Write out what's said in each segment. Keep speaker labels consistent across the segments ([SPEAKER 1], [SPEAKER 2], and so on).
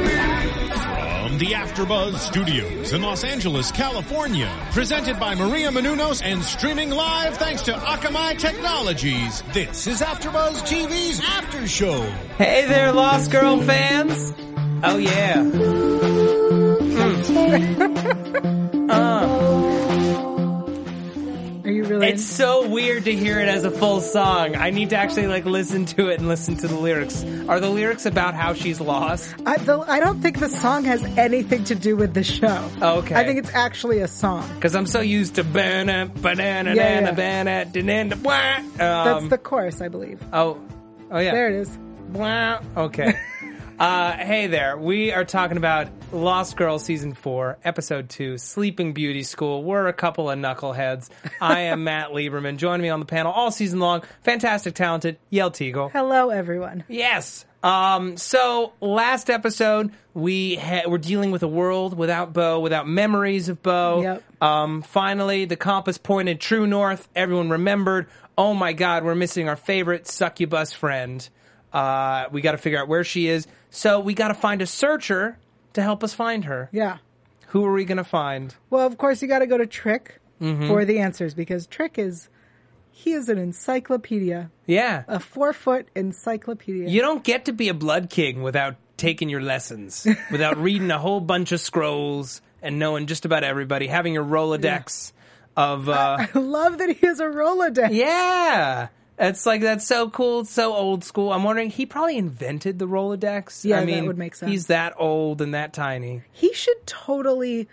[SPEAKER 1] From the AfterBuzz Studios in Los Angeles, California, presented by Maria Menounos and streaming live thanks to Akamai Technologies. This is AfterBuzz TV's After Show.
[SPEAKER 2] Hey there, Lost Girl fans! Oh yeah. Mm. Uh.
[SPEAKER 3] Are you really?
[SPEAKER 2] It's so weird to hear it as a full song. I need to actually like listen to it and listen to the lyrics. Are the lyrics about how she's lost?
[SPEAKER 3] I, the, I don't think the song has anything to do with the show.
[SPEAKER 2] Oh, Okay.
[SPEAKER 3] I think it's actually a song.
[SPEAKER 2] Because I'm so used to banana, banana,
[SPEAKER 3] Yeah, yeah.
[SPEAKER 2] banana, banana, banana, banana.
[SPEAKER 3] That's
[SPEAKER 2] Um,
[SPEAKER 3] the chorus, I believe.
[SPEAKER 2] oh, oh yeah.
[SPEAKER 3] There it is.
[SPEAKER 2] Wow. Okay. uh, hey there. We are talking about Lost Girls season four, episode two, Sleeping Beauty School. We're a couple of knuckleheads. I am Matt Lieberman. Join me on the panel all season long. Fantastic, talented Yale Teagle.
[SPEAKER 3] Hello, everyone.
[SPEAKER 2] Yes. Um, so last episode we ha- we're dealing with a world without Bo, without memories of Bo.
[SPEAKER 3] Yep.
[SPEAKER 2] Um, finally, the compass pointed true north. Everyone remembered. Oh my God, we're missing our favorite succubus friend. Uh, we got to figure out where she is. So we got to find a searcher to help us find her.
[SPEAKER 3] Yeah.
[SPEAKER 2] Who are we gonna find?
[SPEAKER 3] Well, of course, you got to go to Trick
[SPEAKER 2] Mm-hmm.
[SPEAKER 3] for the answers because Trick is. He is an encyclopedia,
[SPEAKER 2] Yeah.
[SPEAKER 3] a four foot encyclopedia.
[SPEAKER 2] You don't get to be a blood king without taking your lessons, without reading a whole bunch of scrolls and knowing just about everybody, having your Rolodex of uh
[SPEAKER 3] I love that he has a Rolodex.
[SPEAKER 2] yeah. It's like that's so cool, it's so old school. I'm wondering he probably invented the Rolodex.
[SPEAKER 3] Yeah,
[SPEAKER 2] I
[SPEAKER 3] that
[SPEAKER 2] mean,
[SPEAKER 3] would make sense.
[SPEAKER 2] He's that old and that tiny.
[SPEAKER 3] He should totally,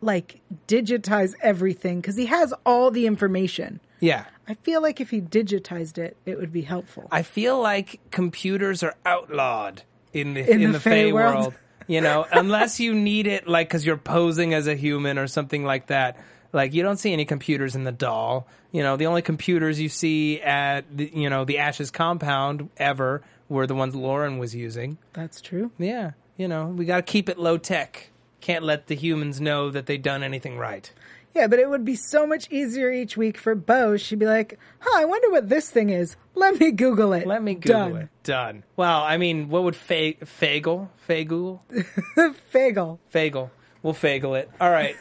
[SPEAKER 3] like, digitize everything because he has all the information.
[SPEAKER 2] Yeah.
[SPEAKER 3] I feel like if he digitized it, it would be helpful.
[SPEAKER 2] I feel like computers are outlawed in the in, the, Fey, world. You know, unless you need it, like because you're posing as a human or something like that. Like you don't see any computers in the doll. You know, the only computers you see at the, you know the Ashes compound ever were the ones Lauren was using.
[SPEAKER 3] That's true.
[SPEAKER 2] Yeah, you know, we got to keep it low tech. Can't let the humans know that they've done anything right.
[SPEAKER 3] Yeah, but it would be so much easier each week for Bo. She'd be like, huh, I wonder what this thing is. Let me Google it.
[SPEAKER 2] Let me Google
[SPEAKER 3] Done.
[SPEAKER 2] it. Done. Well, I mean, what would Fe- Fagel? Fagel?
[SPEAKER 3] Fagel.
[SPEAKER 2] Fagel. We'll fagel it. All right.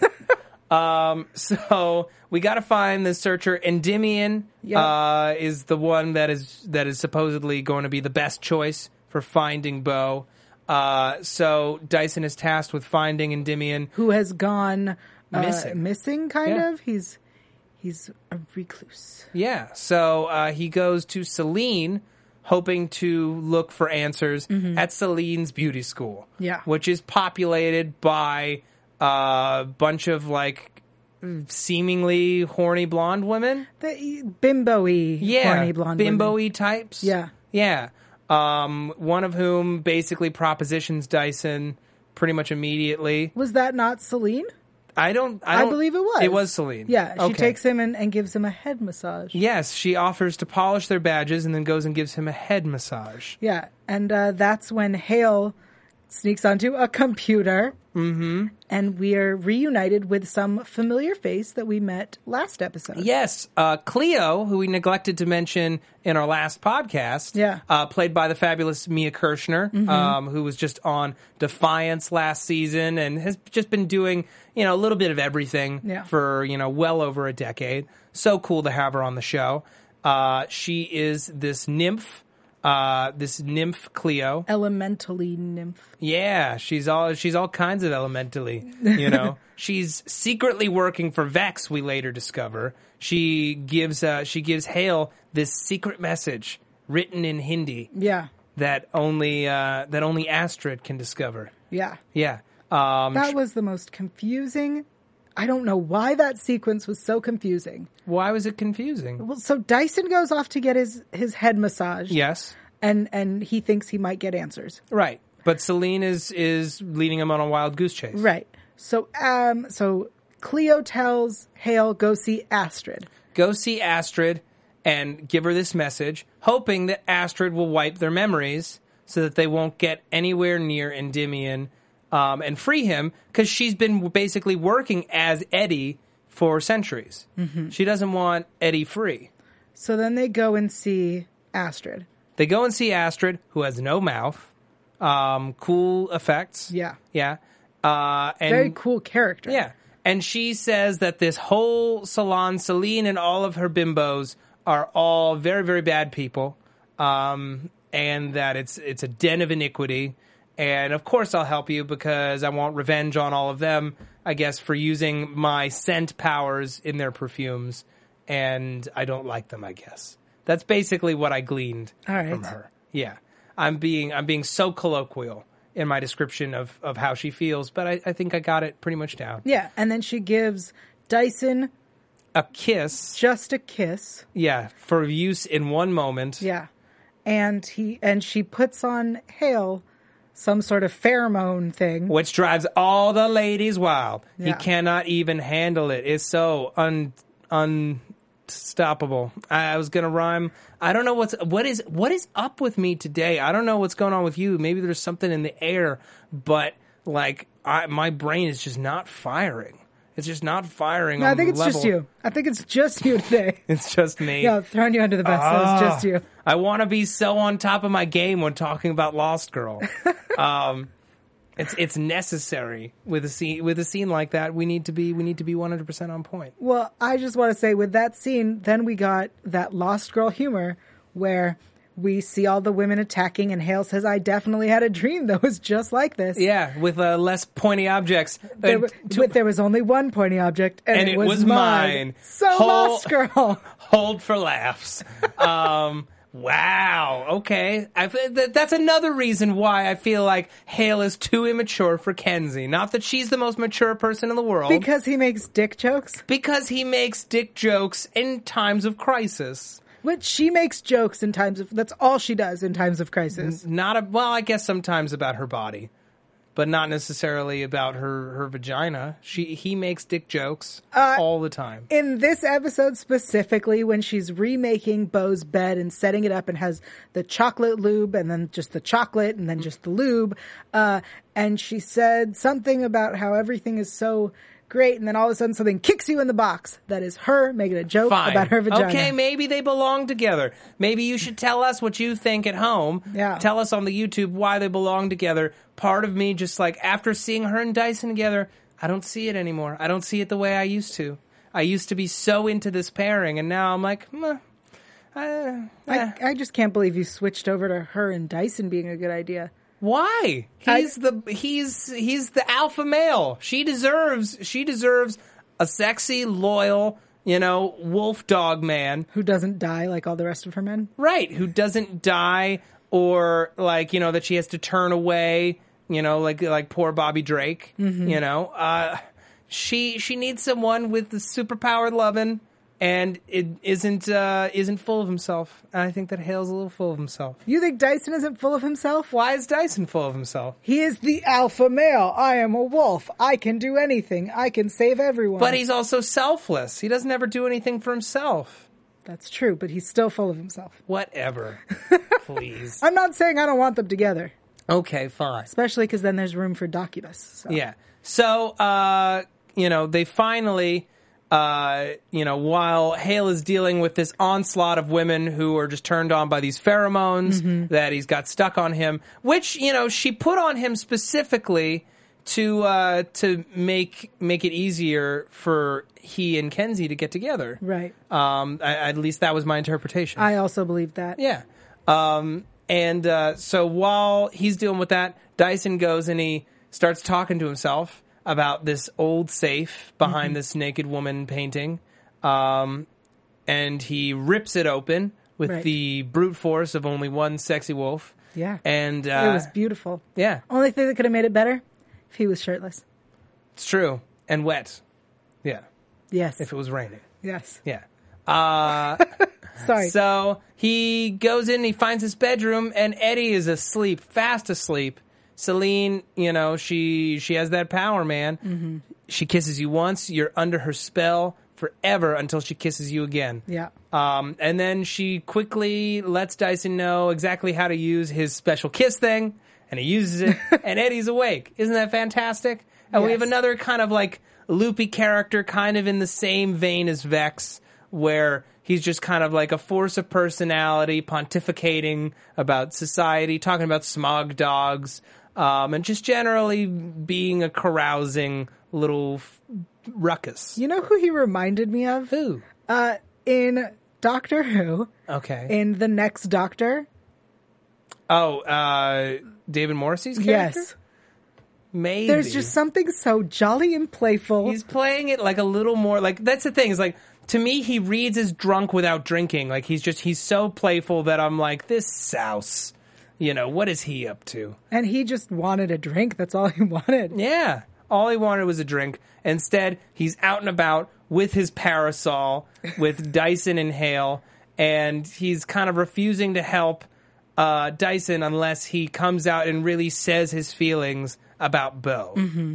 [SPEAKER 2] um, so we got to find the searcher. Endymion
[SPEAKER 3] Yeah.
[SPEAKER 2] uh, is the one that is that is supposedly going to be the best choice for finding Bo. Uh, so Dyson is tasked with finding Endymion.
[SPEAKER 3] Who has gone uh,
[SPEAKER 2] Missing.
[SPEAKER 3] missing kind
[SPEAKER 2] Yeah.
[SPEAKER 3] of. He's he's a recluse.
[SPEAKER 2] Yeah. So uh, he goes to Celine, hoping to look for answers at Celine's beauty school.
[SPEAKER 3] Mm-hmm. Yeah.
[SPEAKER 2] Which is populated by uh, a bunch of like seemingly horny blonde women.
[SPEAKER 3] The e, bimbo-y,
[SPEAKER 2] yeah,
[SPEAKER 3] horny blonde
[SPEAKER 2] bimbo-y
[SPEAKER 3] women.
[SPEAKER 2] types.
[SPEAKER 3] Yeah.
[SPEAKER 2] yeah. Um, one of whom basically propositions Dyson pretty much immediately.
[SPEAKER 3] Was that not Celine?
[SPEAKER 2] I don't. I,
[SPEAKER 3] I,
[SPEAKER 2] don't,
[SPEAKER 3] believe it was.
[SPEAKER 2] It was Celine.
[SPEAKER 3] Yeah, she
[SPEAKER 2] Okay.
[SPEAKER 3] takes him and, and gives him a head massage.
[SPEAKER 2] Yes, she offers to polish their badges and then goes and gives him a head massage.
[SPEAKER 3] Yeah, and uh, that's when Hale sneaks onto a computer. Mm-hmm. And we are reunited with some familiar face that we met last episode.
[SPEAKER 2] Yes, uh, Cleo, who we neglected to mention in our last podcast,
[SPEAKER 3] Yeah. Mm-hmm.
[SPEAKER 2] uh, played by the fabulous Mia Kirshner, um, who was just on Defiance last season and has just been doing you know a little bit of everything
[SPEAKER 3] Yeah.
[SPEAKER 2] for you know well over a decade. So cool to have her on the show. Uh, she is this nymph, uh, this nymph Cleo.
[SPEAKER 3] Elementally nymph.
[SPEAKER 2] Yeah, she's all she's all kinds of elementally, you know. she's secretly working for Vex. We later discover she gives uh, she gives Hale this secret message written in Hindi
[SPEAKER 3] Yeah,
[SPEAKER 2] that only uh, that only Astrid can discover.
[SPEAKER 3] yeah.
[SPEAKER 2] Yeah, um,
[SPEAKER 3] That was the most confusing. I don't know why that sequence was so confusing.
[SPEAKER 2] why was it confusing?
[SPEAKER 3] Well, so Dyson goes off to get his his head massage.
[SPEAKER 2] Yes,
[SPEAKER 3] and and he thinks he might get answers.
[SPEAKER 2] right. But Celine is is leading him on a wild goose chase.
[SPEAKER 3] Right. So um, so Cleo tells Hale go see Astrid.
[SPEAKER 2] go see Astrid and give her this message. hoping that Astrid will wipe their memories so that they won't get anywhere near Endymion um, and free him because she's been basically working as Eddie for centuries.
[SPEAKER 3] Mm-hmm.
[SPEAKER 2] She doesn't want Eddie free.
[SPEAKER 3] So then they go and see Astrid.
[SPEAKER 2] They go and see Astrid, who has no mouth. Um, cool effects.
[SPEAKER 3] Yeah.
[SPEAKER 2] Yeah. Uh, and
[SPEAKER 3] Very cool character.
[SPEAKER 2] yeah. And she says that this whole salon, Celine and all of her bimbos are all very, very bad people. Um, and that it's it's a den of iniquity. And of course I'll help you because I want revenge on all of them, I guess, for using my scent powers in their perfumes. And I don't like them, I guess. That's basically what I gleaned
[SPEAKER 3] All right.
[SPEAKER 2] from her. Yeah. I'm being I'm being so colloquial in my description of, of how she feels, but I, I think I got it pretty much down.
[SPEAKER 3] Yeah. And then she gives Dyson
[SPEAKER 2] a kiss,
[SPEAKER 3] just a kiss.
[SPEAKER 2] yeah, for use in one moment.
[SPEAKER 3] Yeah. And he and she puts on Hale some sort of pheromone thing.
[SPEAKER 2] Which drives all the ladies wild. He
[SPEAKER 3] Yeah.
[SPEAKER 2] cannot even handle it. It's so un unstoppable. I, I was gonna rhyme. I don't know what's what is what is up with me today. I don't know what's going on with you. Maybe there's something in the air, but like I, my brain is just not firing. It's just not firing.
[SPEAKER 3] No,
[SPEAKER 2] on
[SPEAKER 3] I think
[SPEAKER 2] the
[SPEAKER 3] it's just
[SPEAKER 2] level.
[SPEAKER 3] you. I think it's just you today.
[SPEAKER 2] It's just me.
[SPEAKER 3] yeah, throwing you under the bus. That was just
[SPEAKER 2] Ah,
[SPEAKER 3] you.
[SPEAKER 2] I want to be so on top of my game when talking about Lost Girl. um, it's it's necessary with a scene with a scene like that. We need to be we need to be one hundred percent on point.
[SPEAKER 3] Well, I just want to say with that scene, then we got that lost girl humor where we see all the women attacking, and Hale says, I definitely had a dream that was just like this.
[SPEAKER 2] Yeah, with uh, less pointy objects.
[SPEAKER 3] There,
[SPEAKER 2] And
[SPEAKER 3] were-
[SPEAKER 2] to-
[SPEAKER 3] but there was only one pointy object, and,
[SPEAKER 2] And
[SPEAKER 3] it,
[SPEAKER 2] it
[SPEAKER 3] was
[SPEAKER 2] was mine.
[SPEAKER 3] mine. So
[SPEAKER 2] Whole-
[SPEAKER 3] lost girl.
[SPEAKER 2] hold for laughs. Um, wow. Okay. I, th- that's another reason why I feel like Hale is too immature for Kenzie. Not that she's the most mature person in the world.
[SPEAKER 3] because he makes dick jokes,
[SPEAKER 2] because he makes dick jokes in times of crisis.
[SPEAKER 3] which she makes jokes in times of. That's all she does in times of crisis.
[SPEAKER 2] not a, well i guess sometimes about her body but not necessarily about her her vagina she he makes dick jokes
[SPEAKER 3] Uh,
[SPEAKER 2] all the time
[SPEAKER 3] in this episode specifically when she's remaking Bo's bed and setting it up and has the chocolate lube and then just the chocolate and then just the lube. Uh, and she said something about how everything is so great and then all of a sudden something kicks you in the box. That is her making a joke
[SPEAKER 2] fine
[SPEAKER 3] about her vagina.
[SPEAKER 2] okay maybe they belong together maybe you should tell us what you think at home
[SPEAKER 3] Yeah.
[SPEAKER 2] tell us on the youtube why they belong together part of me just like after seeing her and dyson together i don't see it anymore i don't see it the way i used to i used to be so into this pairing and now i'm like meh, uh, eh.
[SPEAKER 3] I, I just can't believe you switched over to her and Dyson being a good idea.
[SPEAKER 2] Why?
[SPEAKER 3] I-
[SPEAKER 2] He's the he's he's the alpha male. She deserves she deserves a sexy, loyal, you know, wolf dog man,
[SPEAKER 3] Who doesn't die like all the rest of her men?
[SPEAKER 2] right? Who doesn't die or like you know that she has to turn away, you know, like like poor Bobby Drake, you know. Uh, she she needs someone with the superpowered loving and it isn't uh, isn't full of himself. And I think that Hale's a little full of himself.
[SPEAKER 3] You think Dyson isn't full of himself?
[SPEAKER 2] Why is Dyson full of himself?
[SPEAKER 3] He is the alpha male. I am a wolf. I can do anything. I can save everyone.
[SPEAKER 2] But he's also selfless. He doesn't ever do anything for himself.
[SPEAKER 3] That's true, but he's still full of himself.
[SPEAKER 2] Whatever. Please.
[SPEAKER 3] I'm not saying I don't want them together,
[SPEAKER 2] Okay, fine.
[SPEAKER 3] especially because then there's room for Docubus. So.
[SPEAKER 2] Yeah. So, uh, you know, they finally, uh, you know, while Hale is dealing with this onslaught of women who are just turned on by these pheromones that he's got stuck on him, which, you know, she put on him specifically to, uh, to make, make it easier for he and Kenzie to get together.
[SPEAKER 3] Right.
[SPEAKER 2] Um, I, at least that was my interpretation.
[SPEAKER 3] I also believe that.
[SPEAKER 2] Yeah. Um, and uh, so while he's dealing with that, Dyson goes and he starts talking to himself about this old safe behind
[SPEAKER 3] Mm-hmm.
[SPEAKER 2] this naked woman painting. Um, and he rips it open with
[SPEAKER 3] Right.
[SPEAKER 2] the brute force of only one sexy wolf.
[SPEAKER 3] Yeah.
[SPEAKER 2] And uh,
[SPEAKER 3] it was beautiful.
[SPEAKER 2] yeah,
[SPEAKER 3] Only thing that could have made it better if he was shirtless.
[SPEAKER 2] it's true. And wet. Yeah.
[SPEAKER 3] Yes.
[SPEAKER 2] If it was raining.
[SPEAKER 3] yes.
[SPEAKER 2] Yeah.
[SPEAKER 3] Sorry.
[SPEAKER 2] So he goes in, he finds his bedroom, and Eddie is asleep, fast asleep. Celine, you
[SPEAKER 3] Mm-hmm.
[SPEAKER 2] know, she she has that power, man. She kisses you once, you're under her spell forever until she kisses you again.
[SPEAKER 3] Yeah.
[SPEAKER 2] Um, and then she quickly lets Dyson know exactly how to use his special kiss thing, and he uses it, and Eddie's awake. Isn't that fantastic? And we have
[SPEAKER 3] Yes.
[SPEAKER 2] another kind of like loopy character, kind of in the same vein as Vex, where he's just kind of like a force of personality, pontificating about society, talking about smog dogs, um, and just generally being a carousing little f- ruckus.
[SPEAKER 3] You know who he reminded me of?
[SPEAKER 2] Who?
[SPEAKER 3] Uh, in Doctor Who,
[SPEAKER 2] Okay.
[SPEAKER 3] in the next Doctor.
[SPEAKER 2] oh, uh, David Morrissey's character?
[SPEAKER 3] Yes.
[SPEAKER 2] Maybe.
[SPEAKER 3] There's just something so jolly and playful.
[SPEAKER 2] He's playing it like a little more like that's the thing is like to me he reads as drunk without drinking like he's just he's so playful that I'm like this souse you know what is he up to
[SPEAKER 3] and he just wanted a drink. That's all he wanted.
[SPEAKER 2] yeah all he wanted was a drink instead he's out and about with his parasol with Dyson and Hale and he's kind of refusing to help uh, Dyson unless he comes out and really says his feelings about Bo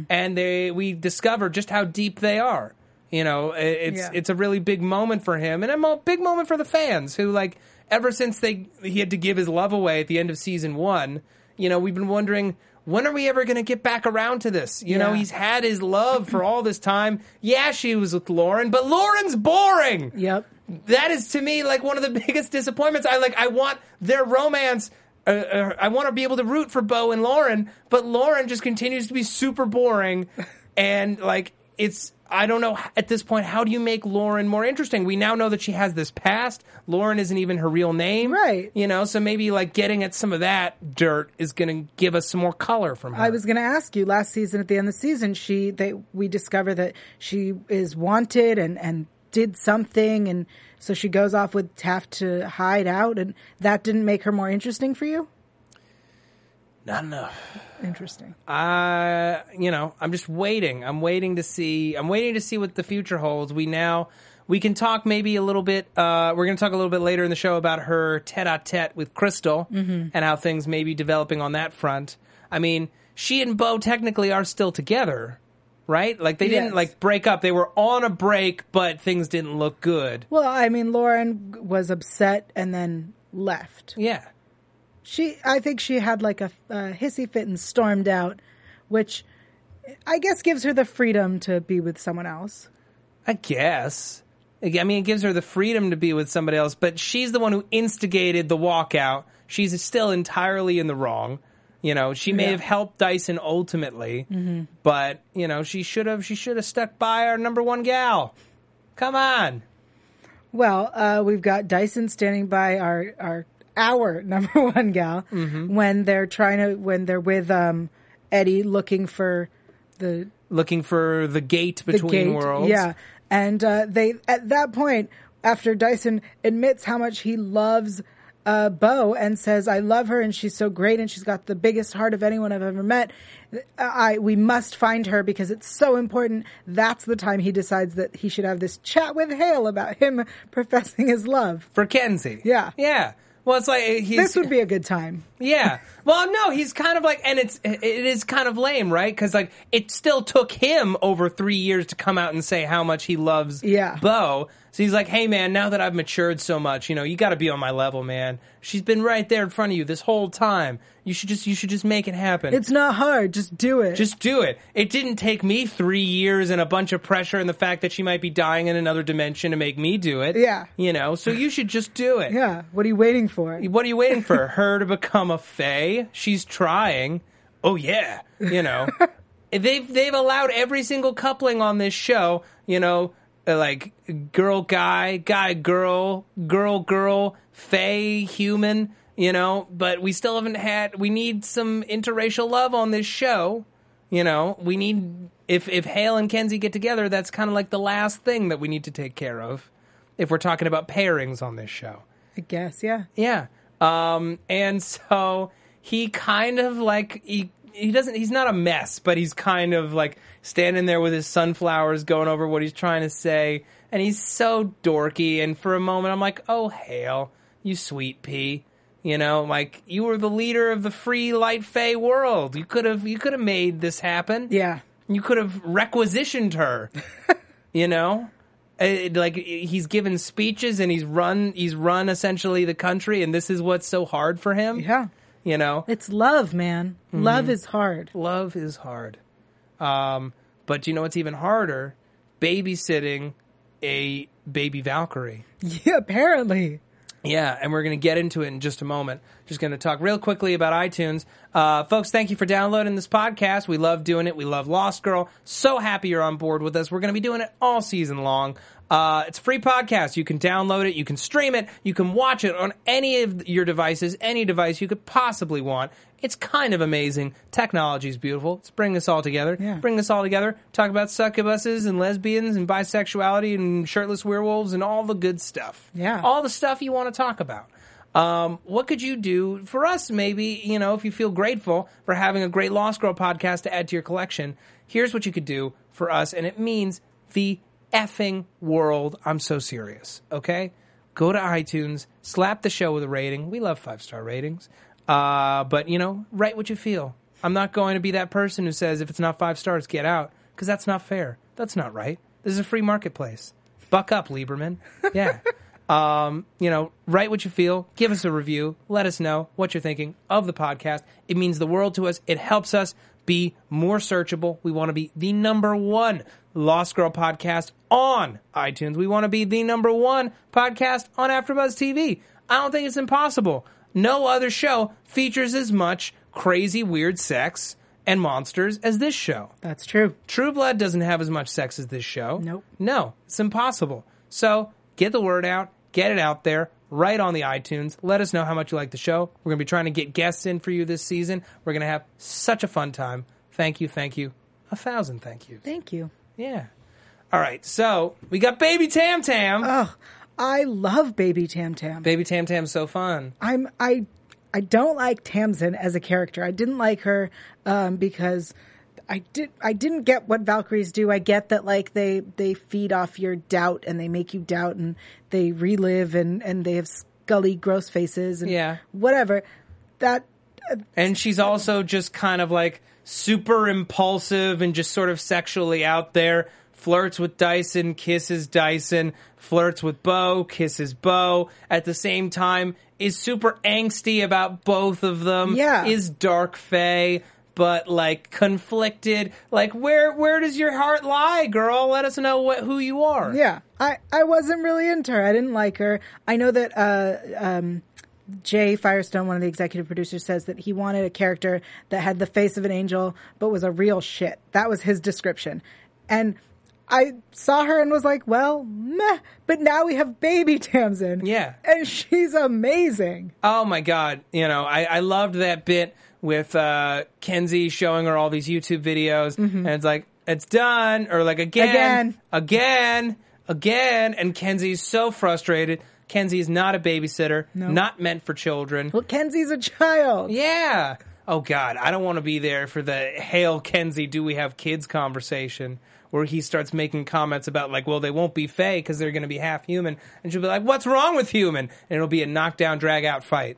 [SPEAKER 2] and they we discover just how deep they are you know i- it's
[SPEAKER 3] Yeah.
[SPEAKER 2] it's it's a really big moment for him and a mo- big moment for the fans who like ever since they he had to give his love away at the end of season 1 you know we've been wondering when are we ever going to get back around to this you know
[SPEAKER 3] Yeah.
[SPEAKER 2] he's had his love for all this time yeah she was with Lauren but Lauren's boring
[SPEAKER 3] Yep.
[SPEAKER 2] that is to me like one of the biggest disappointments. I like I want their romance. Uh, uh, I want to be able to root for Bo and Lauren, but Lauren just continues to be super boring, and like it's I don't know h- at this point how do you make Lauren more interesting? We now know that she has this past. Lauren isn't even her real name,
[SPEAKER 3] Right.
[SPEAKER 2] You know, so maybe like getting at some of that dirt is going to give us some more color from her.
[SPEAKER 3] I was going to ask you last season at the end of the season she they we discover that she is wanted and and did something and so she goes off with Taft to hide out and that didn't make her more interesting for you?
[SPEAKER 2] not enough.
[SPEAKER 3] Interesting.
[SPEAKER 2] I, you know, I'm just waiting. I'm waiting to see. I'm waiting to see what the future holds. We now we can talk maybe a little bit. Uh, we're going to talk a little bit later in the show about her tete-a-tete with Crystal and how things may be developing on that front. I mean, she and Bo technically are still together, right? Like they
[SPEAKER 3] Yes.
[SPEAKER 2] didn't like break up. They were on a break, but things didn't look good.
[SPEAKER 3] Well, I mean Lauren was upset and then left.
[SPEAKER 2] Yeah.
[SPEAKER 3] she i think she had like a, a hissy fit and stormed out which i guess gives her the freedom to be with someone else
[SPEAKER 2] I guess. I mean, it gives her the freedom to be with somebody else, but she's the one who instigated the walkout. She's still entirely in the wrong. You know, she may
[SPEAKER 3] Yeah. Mm-hmm.
[SPEAKER 2] have helped Dyson ultimately, but you know, she should have. She should have stuck by our number one gal. Come on.
[SPEAKER 3] well uh, we've got dyson standing by our our our number one gal when they're trying to when they're with um eddie looking for the
[SPEAKER 2] Looking for the gate
[SPEAKER 3] the
[SPEAKER 2] between
[SPEAKER 3] gate
[SPEAKER 2] worlds.
[SPEAKER 3] yeah and uh, they at that point after dyson admits how much he loves uh, Bo and says, "I love her, and she's so great, and she's got the biggest heart of anyone I've ever met. I we must find her because it's so important." That's the time he decides that he should have this chat with Hale about him professing his love.
[SPEAKER 2] for Kenzie.
[SPEAKER 3] Yeah.
[SPEAKER 2] yeah. Well, it's like uh, he's
[SPEAKER 3] This would be a good time.
[SPEAKER 2] Yeah. Well, no, he's kind of like, and it's it is kind of lame, right? Because like it still took him over three years to come out and say how much he loves
[SPEAKER 3] Yeah.
[SPEAKER 2] Bo. So he's like, hey man, now that I've matured so much, you know, you got to be on my level, man. She's been right there in front of you this whole time. You should just you should just make it happen.
[SPEAKER 3] It's not hard. Just do it.
[SPEAKER 2] Just do it. It didn't take me three years and a bunch of pressure and the fact that she might be dying in another dimension to make me do it.
[SPEAKER 3] Yeah.
[SPEAKER 2] You know, so you should just do it.
[SPEAKER 3] yeah. What are you waiting for?
[SPEAKER 2] What are you waiting for? Her to become a fae? She's trying. Oh yeah, you know. they've they've allowed every single coupling on this show, you know, uh, like girl guy, guy girl, girl girl, fae human, you know, but we still haven't had we need some interracial love on this show. You know, we need if if Hale and Kenzie get together, that's kind of like the last thing that we need to take care of if we're talking about pairings on this show.
[SPEAKER 3] I guess. Yeah.
[SPEAKER 2] Yeah. Um, and so he kind of like he he doesn't he's not a mess, but he's kind of like standing there with his sunflowers going over what he's trying to say, and he's so dorky. And for a moment, I'm like, oh hail, you sweet pea. You know, like you were the leader of the free light fey world. You could have you could have made this happen.
[SPEAKER 3] Yeah.
[SPEAKER 2] You could have requisitioned her. you know? uh, like he's given speeches and he's run he's run essentially the country and this is what's so hard for him
[SPEAKER 3] Yeah.
[SPEAKER 2] you know
[SPEAKER 3] It's love, man.
[SPEAKER 2] Mm-hmm.
[SPEAKER 3] Love is hard.
[SPEAKER 2] love is hard um but do you know what's even harder babysitting a baby valkyrie
[SPEAKER 3] Yeah, apparently.
[SPEAKER 2] Yeah, and we're going to get into it in just a moment. Just going to talk real quickly about iTunes. Uh, folks, thank you for downloading this podcast. We love doing it. We love Lost Girl. So happy you're on board with us. We're going to be doing it all season long. Uh, it's a free podcast. You can download it, you can stream it, you can watch it on any of your devices, any device you could possibly want. It's kind of amazing. Technology's beautiful. It's bringing us all together.
[SPEAKER 3] Yeah.
[SPEAKER 2] Bring us all together. Talk about succubuses and lesbians and bisexuality and shirtless werewolves and all the good stuff
[SPEAKER 3] Yeah.
[SPEAKER 2] all the stuff you want to talk about. Um, what could you do for us? Maybe you know if you feel grateful for having a great Lost Girl podcast to add to your collection. Here's what you could do for us, and it means the effing world. I'm so serious. Okay, go to iTunes, slap the show with a rating. We love five star ratings, uh, but you know, write what you feel. I'm not going to be that person who says if it's not five stars, get out because that's not fair. That's not right. This is a free marketplace. Buck up, Lieberman. Yeah. you know, write what you feel, give us a review, let us know what you're thinking of the podcast. It means the world to us. It helps us be more searchable. We want to be the number one Lost Girl podcast on iTunes. We want to be the number one podcast on AfterBuzz TV. I don't think it's impossible. No other show features as much crazy, weird sex and monsters as this show.
[SPEAKER 3] That's true.
[SPEAKER 2] True Blood doesn't have as much sex as this show.
[SPEAKER 3] Nope.
[SPEAKER 2] No, it's impossible. So get the word out, get it out there, right on the iTunes. Let us know how much you like the show. We're going to be trying to get guests in for you this season. We're going to have such a fun time. Thank you, thank you. A thousand thank yous.
[SPEAKER 3] Thank you.
[SPEAKER 2] Yeah. All right. So we got Baby Tam Tam.
[SPEAKER 3] Oh. I love baby Tam Tam.
[SPEAKER 2] Baby Tam Tam's so fun.
[SPEAKER 3] I'm I I don't like Tamsin as a character. I didn't like her um, because I did I didn't get what Valkyries do. I get that like they they feed off your doubt and they make you doubt and they relive and and they have scully gross faces and
[SPEAKER 2] Yeah.
[SPEAKER 3] whatever. That
[SPEAKER 2] And she's also just kind of like super impulsive and just sort of sexually out there. Flirts with Dyson, kisses Dyson, flirts with Bo, kisses Bo. At the same time, is super angsty about both of them.
[SPEAKER 3] Yeah.
[SPEAKER 2] Is dark Fae, but like conflicted. Like, where where does your heart lie, girl? Let us know what who you are.
[SPEAKER 3] yeah. I I wasn't really into her. I didn't like her. I know that uh um Jay Firestone, one of the executive producers, says that he wanted a character that had the face of an angel but was a real shit. That was his description. And I saw her and was like, well, meh. But now we have baby Tamsin.
[SPEAKER 2] Yeah.
[SPEAKER 3] And she's amazing.
[SPEAKER 2] Oh my god! You know, I, I loved that bit with uh, Kenzie showing her all these YouTube videos, and it's like it's done, or like again,
[SPEAKER 3] Again.
[SPEAKER 2] again, again, and Kenzie's so frustrated. Kenzie is not a babysitter, not meant for children.
[SPEAKER 3] Well, Kenzie's a child.
[SPEAKER 2] Yeah. Oh God, I don't want to be there for the "Hail Kenzie, do we have kids?" conversation where he starts making comments about like, well, they won't be Faye because they're going to be half human, and she'll be like, "What's wrong with human?" and it'll be a knockdown, drag out fight.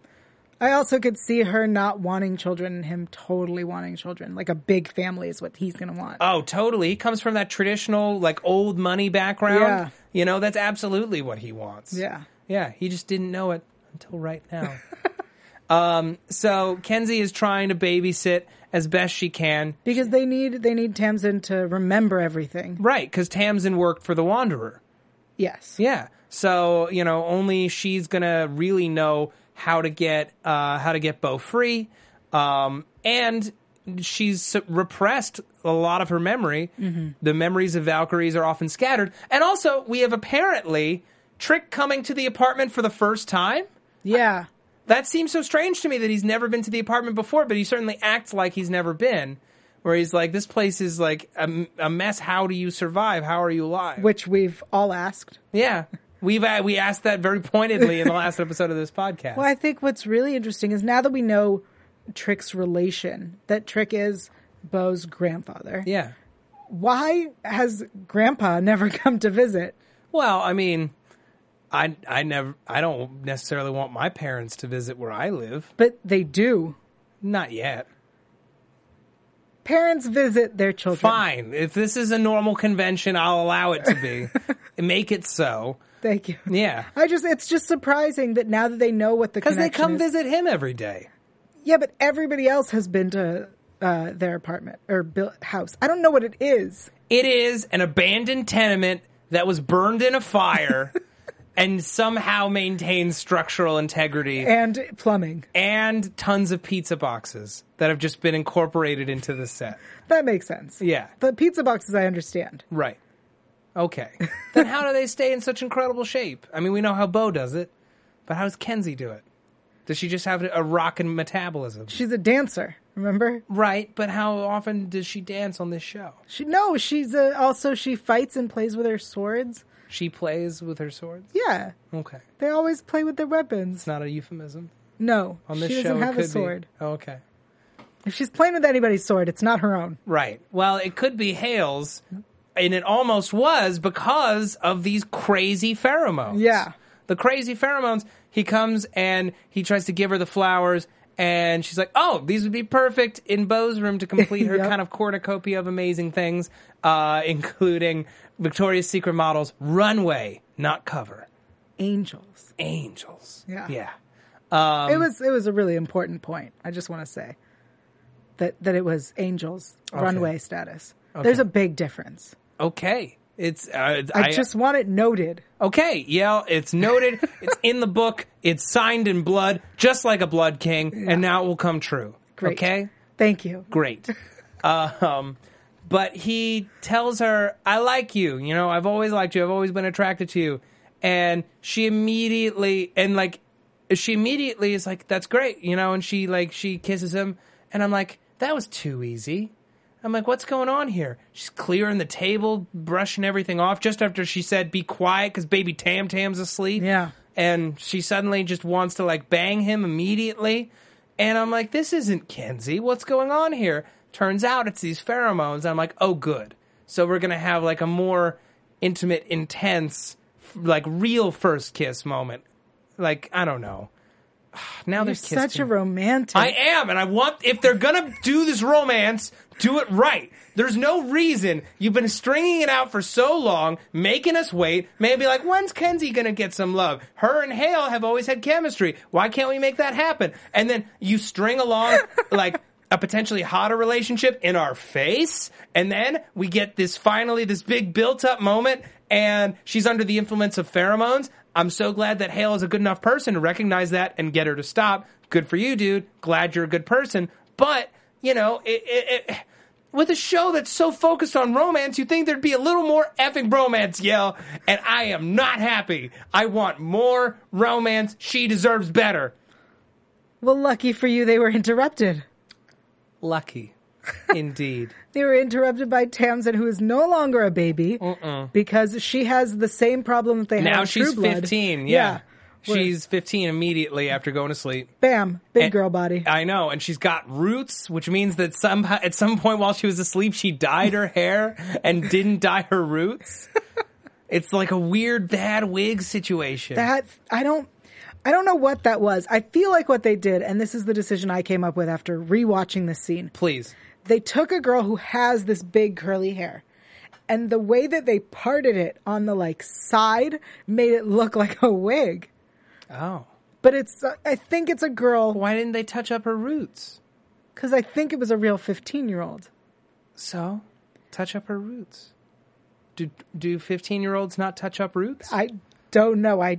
[SPEAKER 3] I also could see her not wanting children and him totally wanting children. Like a big family is what he's going to want.
[SPEAKER 2] Oh, totally. He comes from that traditional, like old money background.
[SPEAKER 3] Yeah.
[SPEAKER 2] You know, that's absolutely what he wants.
[SPEAKER 3] Yeah.
[SPEAKER 2] Yeah. He just didn't know it until right now. um, so Kenzie is trying to babysit as best she can.
[SPEAKER 3] because they need they need Tamsin to remember everything.
[SPEAKER 2] Right. Cause Tamsin worked for the Wanderer.
[SPEAKER 3] Yes.
[SPEAKER 2] Yeah. So you know, only she's gonna really know how to get uh, how to get Bo free, um, and she's repressed a lot of her memory. The memories of Valkyries are often scattered, and also we have apparently Trick coming to the apartment for the first time.
[SPEAKER 3] Yeah.
[SPEAKER 2] That seems so strange to me that he's never been to the apartment before, but he certainly acts like he's never been. Where he's like, this place is like a, a mess. How do you survive? How are you alive?
[SPEAKER 3] Which we've all asked.
[SPEAKER 2] Yeah. We've uh, we asked that very pointedly in the last episode of this podcast.
[SPEAKER 3] Well, I think what's really interesting is now that we know Trick's relation, that Trick is Bo's grandfather.
[SPEAKER 2] Yeah.
[SPEAKER 3] Why has grandpa never come to visit?
[SPEAKER 2] Well, I mean, I I never I don't necessarily want my parents to visit where I live.
[SPEAKER 3] But they do.
[SPEAKER 2] Not yet.
[SPEAKER 3] parents visit their children.
[SPEAKER 2] Fine. If this is a normal convention, I'll allow it to be. Make it so.
[SPEAKER 3] Thank you.
[SPEAKER 2] Yeah.
[SPEAKER 3] I just it's just surprising that now that they know what the
[SPEAKER 2] Because they
[SPEAKER 3] connection
[SPEAKER 2] come
[SPEAKER 3] is-
[SPEAKER 2] visit him every day.
[SPEAKER 3] Yeah, but everybody else has been to uh, their apartment or built house. I don't know what it is.
[SPEAKER 2] It is an abandoned tenement that was burned in a fire and somehow maintains structural integrity
[SPEAKER 3] And plumbing.
[SPEAKER 2] and tons of pizza boxes that have just been incorporated into the set.
[SPEAKER 3] That makes sense.
[SPEAKER 2] Yeah.
[SPEAKER 3] The pizza boxes I understand.
[SPEAKER 2] Right. Okay. then how do they stay in such incredible shape? I mean, we know how Bo does it, but how does Kenzie do it? Does she just have a rockin' metabolism?
[SPEAKER 3] She's a dancer, remember?
[SPEAKER 2] Right, but how often does she dance on this show?
[SPEAKER 3] She no, she's a, also she fights and plays with her swords.
[SPEAKER 2] She plays with her swords?
[SPEAKER 3] Yeah.
[SPEAKER 2] Okay.
[SPEAKER 3] They always play with their
[SPEAKER 2] It's
[SPEAKER 3] weapons.
[SPEAKER 2] not a euphemism.
[SPEAKER 3] No.
[SPEAKER 2] On this
[SPEAKER 3] she
[SPEAKER 2] show,
[SPEAKER 3] doesn't
[SPEAKER 2] it
[SPEAKER 3] have
[SPEAKER 2] could
[SPEAKER 3] a sword.
[SPEAKER 2] Be. Oh, okay.
[SPEAKER 3] If she's playing with anybody's sword, it's not her own.
[SPEAKER 2] Right. Well, it could be Hales, and it almost was because of these crazy pheromones.
[SPEAKER 3] Yeah.
[SPEAKER 2] The crazy pheromones, he comes and he tries to give her the flowers, and she's like, oh, these would be perfect in Bo's room to complete her
[SPEAKER 3] Yep.
[SPEAKER 2] kind of cornucopia of amazing things, uh, including Victoria's Secret models, runway, not cover,
[SPEAKER 3] Angels.
[SPEAKER 2] angels.
[SPEAKER 3] Yeah.
[SPEAKER 2] Yeah.
[SPEAKER 3] it was it was a really important point. I just want to say that that it was angels runway status. There's a big difference.
[SPEAKER 2] Okay. It's, uh,
[SPEAKER 3] I, just want it noted.
[SPEAKER 2] Okay, yeah, it's noted. it's in the book. It's signed in blood, just like a blood king, and now it will come true.
[SPEAKER 3] Great.
[SPEAKER 2] Okay,
[SPEAKER 3] Thank you.
[SPEAKER 2] great. Uh, um, but he tells her, "I like you. You know, I've always liked you. I've always been attracted to you." And she immediately and like she immediately is like, "That's great," you know. And she like she kisses him, and I'm like, "That was too easy." I'm like, what's going on here? She's clearing the table, brushing everything off just after she said, be quiet because baby Tam Tam's asleep.
[SPEAKER 3] Yeah.
[SPEAKER 2] And she suddenly just wants to like bang him immediately. And I'm like, this isn't Kenzie. What's going on here? Turns out it's these pheromones. I'm like, oh, good. So we're going to have like a more intimate, intense, f- like real first kiss moment. Like, I don't know. Now
[SPEAKER 3] You're
[SPEAKER 2] there's
[SPEAKER 3] such a romantic.
[SPEAKER 2] I am, and I want if they're gonna do this romance, do it right. There's no reason you've been stringing it out for so long, making us wait. Maybe like, when's Kenzie gonna get some love? Her and Hale have always had chemistry. Why can't we make that happen? And then you string along like a potentially hotter relationship in our face, and then we get this finally this big built up moment, and she's under the influence of pheromones. I'm so glad that Hale is a good enough person to recognize that and get her to stop. Good for you, dude. Glad you're a good person. But, you know, it, it, it, with a show that's so focused on romance, you think there'd be a little more effing romance, yell. And I am not happy. I want more romance. She deserves better.
[SPEAKER 3] well, lucky for you, they were interrupted.
[SPEAKER 2] Lucky. Indeed.
[SPEAKER 3] They were interrupted by Tamsin, who is no longer a baby because she has the same problem that they have.
[SPEAKER 2] now
[SPEAKER 3] in
[SPEAKER 2] she's
[SPEAKER 3] True Blood.
[SPEAKER 2] 15. Yeah.
[SPEAKER 3] Where-
[SPEAKER 2] She's 15 immediately after going to sleep.
[SPEAKER 3] bam, big
[SPEAKER 2] And-
[SPEAKER 3] girl body.
[SPEAKER 2] I know, and she's got roots, which means that somehow at some point while she was asleep, she dyed her hair and didn't dye her roots. it's like a weird bad wig situation.
[SPEAKER 3] that I don't I don't know what that was. I feel like what they did, and this is the decision I came up with after rewatching this scene.
[SPEAKER 2] Please,
[SPEAKER 3] They took a girl who has this big curly hair, and the way that they parted it on the like side made it look like a wig.
[SPEAKER 2] oh,
[SPEAKER 3] But it's I think it's a girl
[SPEAKER 2] why didn't they touch up her roots?
[SPEAKER 3] because I think it was a real fifteen year old.
[SPEAKER 2] So, touch up her roots. Do do fifteen year olds not touch up roots?
[SPEAKER 3] I don't know. I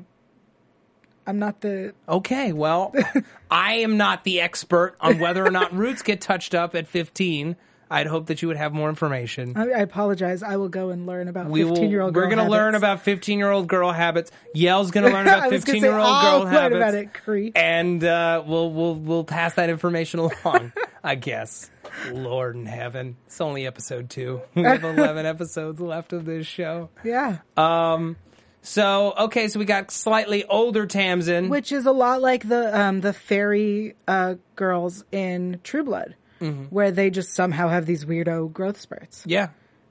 [SPEAKER 3] I'm not the
[SPEAKER 2] Okay, well, I am not the expert on whether or not roots get touched up at fifteen. I'd hope that you would have more information.
[SPEAKER 3] I, I apologize. I will go and learn about
[SPEAKER 2] We will,
[SPEAKER 3] fifteen year old.
[SPEAKER 2] We're
[SPEAKER 3] going to
[SPEAKER 2] learn about fifteen-year-old girl habits. Yell's going to learn about
[SPEAKER 3] I was gonna say, "Oh,
[SPEAKER 2] fifteen-year-old
[SPEAKER 3] I'll
[SPEAKER 2] girl
[SPEAKER 3] learn
[SPEAKER 2] habits.
[SPEAKER 3] about it, Cree.
[SPEAKER 2] And uh, we'll we'll we'll pass that information along, I guess. Lord in heaven, it's only episode two. We have eleven episodes left of this show.
[SPEAKER 3] yeah,
[SPEAKER 2] Uh, So okay, so we got slightly older Tamsin.
[SPEAKER 3] which is a lot like the um, the fairy uh, girls in True Blood,
[SPEAKER 2] Mm-hmm.
[SPEAKER 3] where they just somehow have these weirdo growth spurts.
[SPEAKER 2] yeah,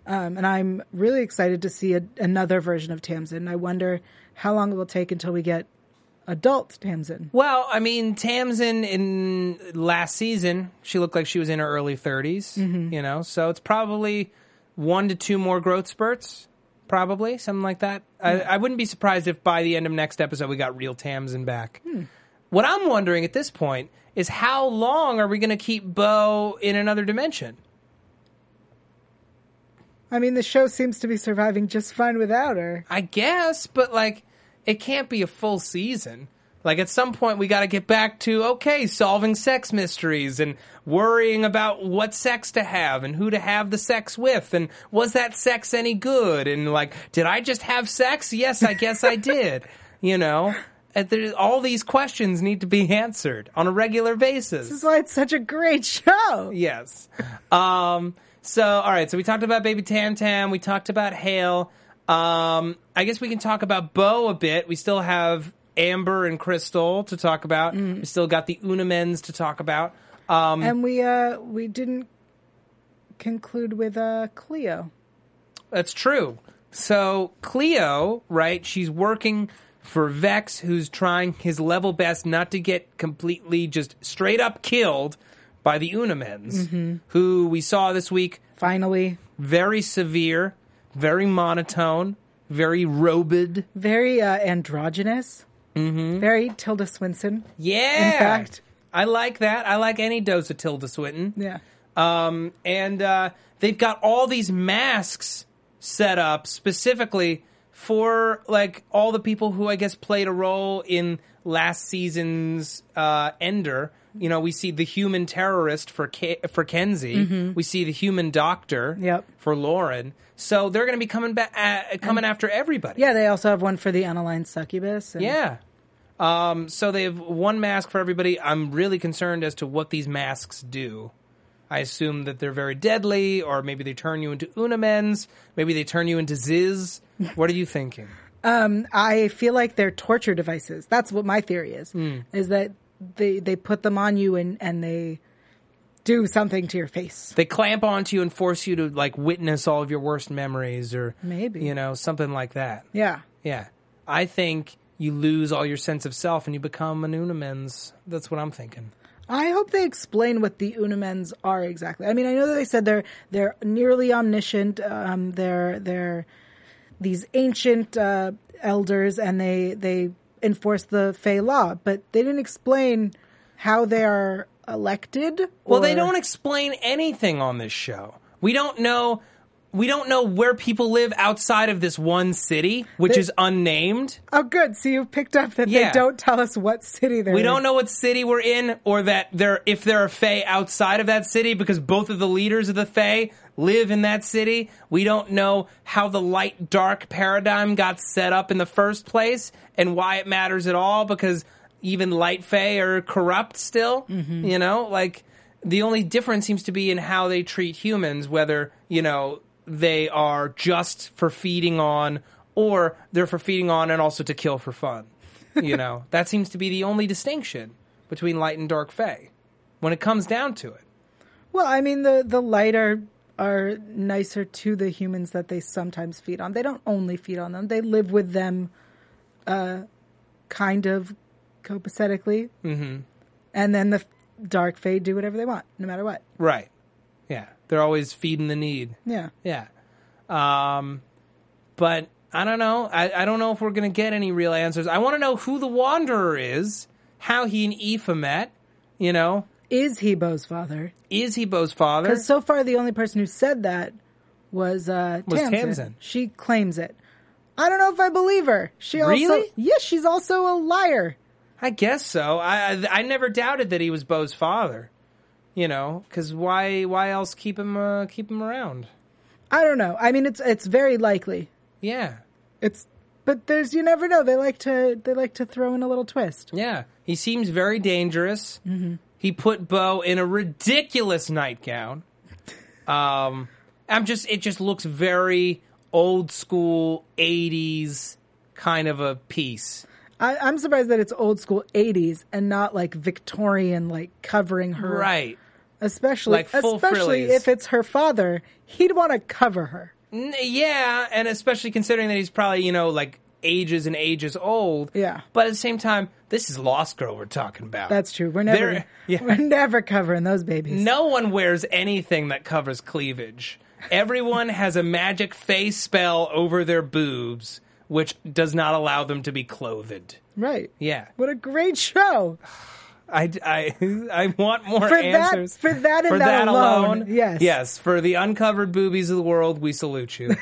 [SPEAKER 3] Um, and I'm really excited to see a, another version of Tamsin. I wonder how long it will take until we get adult Tamsin.
[SPEAKER 2] Well, I mean, Tamsin in last season, she looked like she was in her early 30s, you know, so it's probably one to two more growth spurts, probably, something like that. I, I wouldn't be surprised if by the end of next episode we got real Tamsin back. What I'm wondering at this point is how long are we going to keep Bo in another dimension?
[SPEAKER 3] I mean, the show seems to be surviving just fine without her.
[SPEAKER 2] I guess, but like, it can't be a full season. Like, at some point, we got to get back to, okay, solving sex mysteries and worrying about what sex to have and who to have the sex with and was that sex any good? And like, did I just have sex? Yes, I guess I did. You know? And there- All these questions need to be answered on a regular basis.
[SPEAKER 3] That's why it's such a great show.
[SPEAKER 2] Yes. Um, so, all right. So we talked about Baby Tam Tam. We talked about Hale. Um, I guess we can talk about Bo a bit. We still have Amber and Crystal to talk about. We still got the Unamens to talk about. Um,
[SPEAKER 3] And we uh we didn't conclude with uh Cleo.
[SPEAKER 2] that's true. So Cleo, right? She's working for Vex, who's trying his level best not to get completely just straight up killed by the Unamens, who we saw this week
[SPEAKER 3] Finally,
[SPEAKER 2] very severe, very monotone, very robed.
[SPEAKER 3] very uh, androgynous. Mm-hmm. Very Tilda Swinson.
[SPEAKER 2] Yeah.
[SPEAKER 3] In fact.
[SPEAKER 2] I like that. I like any dose of Tilda Swinton.
[SPEAKER 3] Yeah.
[SPEAKER 2] Um, and uh, they've got all these masks set up specifically for like all the people who I guess played a role in last season's uh, Ender. You know, we see the human terrorist for Ke- for Kenzie. We see the human doctor
[SPEAKER 3] Yep.
[SPEAKER 2] for Lauren. So they're going to be coming back, uh, coming after everybody.
[SPEAKER 3] Yeah, they also have one for the unaligned succubus. and-
[SPEAKER 2] Yeah. Um, so they have one mask for everybody. I'm really concerned as to what these masks do. I assume that they're very deadly, or maybe they turn you into Unamens. Maybe they turn you into Ziz. What are you thinking?
[SPEAKER 3] I feel like they're torture devices. That's what my theory is. Is that they they put them on you and and they do something to your face.
[SPEAKER 2] They clamp onto you and force you to like witness all of your worst memories, or
[SPEAKER 3] Maybe.
[SPEAKER 2] you know something like that.
[SPEAKER 3] Yeah.
[SPEAKER 2] Yeah. I think you lose all your sense of self and you become an Unamens. That's what I'm thinking.
[SPEAKER 3] I hope they explain what the Unamens are exactly. I mean, I know that they said they're they're nearly omniscient. Um, they're they're these ancient uh, elders, and they they enforce the Fey law, but they didn't explain how they are elected.
[SPEAKER 2] Well, they
[SPEAKER 3] or-
[SPEAKER 2] don't explain anything on this show. We don't know. We don't know where people live outside of this one city, which
[SPEAKER 3] They-
[SPEAKER 2] is unnamed.
[SPEAKER 3] Oh, good. So you picked up that
[SPEAKER 2] Yeah.
[SPEAKER 3] they don't tell us what city they're.
[SPEAKER 2] We
[SPEAKER 3] in.
[SPEAKER 2] don't know what city we're in, or that there if there are Fey outside of that city, because both of the leaders of the Fey live in that city. We don't know how the light dark paradigm got set up in the first place, and why it matters at all, because even light Fey are corrupt still. You know, like the only difference seems to be in how they treat humans, whether you know they are just for feeding on, or they're for feeding on and also to kill for fun. You know, that seems to be the only distinction between light and dark fey when it comes down to it.
[SPEAKER 3] Well, I mean, the the light are are nicer to the humans that they sometimes feed on. They don't only feed on them; they live with them, uh, kind of copacetically. Mm-hmm. And then the dark fade do whatever they want, no matter what.
[SPEAKER 2] Right. Yeah. They're always feeding the need.
[SPEAKER 3] Yeah,
[SPEAKER 2] Yeah. Um, but I don't know. I, I don't know if we're going to get any real answers. I want to know who the Wanderer is, how he and Aoife met, you know.
[SPEAKER 3] is he Bo's father?
[SPEAKER 2] Is he Bo's father?
[SPEAKER 3] Because so far, the only person who said that was uh,
[SPEAKER 2] Was
[SPEAKER 3] Tamsin.
[SPEAKER 2] Tamsin.
[SPEAKER 3] She claims it. I don't know if I believe her. She also,
[SPEAKER 2] Really?
[SPEAKER 3] yes, she's also a liar.
[SPEAKER 2] I guess so. I, I I never doubted that he was Bo's father. You know, because why why else keep him uh, keep him around?
[SPEAKER 3] I don't know. I mean, it's it's very likely.
[SPEAKER 2] Yeah.
[SPEAKER 3] It's but there's you never know. They like to they like to throw in a little twist.
[SPEAKER 2] Yeah, he seems very dangerous. He put Bo in a ridiculous nightgown. Um, I'm just it just looks very old school '80s kind of a piece.
[SPEAKER 3] I, I'm surprised that it's old school '80s and not like Victorian, like covering her.
[SPEAKER 2] Right.
[SPEAKER 3] Especially
[SPEAKER 2] Like full
[SPEAKER 3] especially
[SPEAKER 2] frillies.
[SPEAKER 3] if it's her father, he'd want to cover her.
[SPEAKER 2] N- yeah, and especially considering that he's probably you know like ages and ages old.
[SPEAKER 3] Yeah.
[SPEAKER 2] But at the same time, This is Lost Girl we're talking about.
[SPEAKER 3] That's true. We're never
[SPEAKER 2] There- yeah.
[SPEAKER 3] we're never covering those babies.
[SPEAKER 2] No one wears anything that covers cleavage. Everyone has a magic face spell over their boobs, which does not allow them to be clothed.
[SPEAKER 3] Right.
[SPEAKER 2] Yeah.
[SPEAKER 3] What a great show.
[SPEAKER 2] I, I, I want more
[SPEAKER 3] For that-
[SPEAKER 2] answers.
[SPEAKER 3] for that and that alone, yes.
[SPEAKER 2] Yes. For the uncovered boobies of the world, we salute you.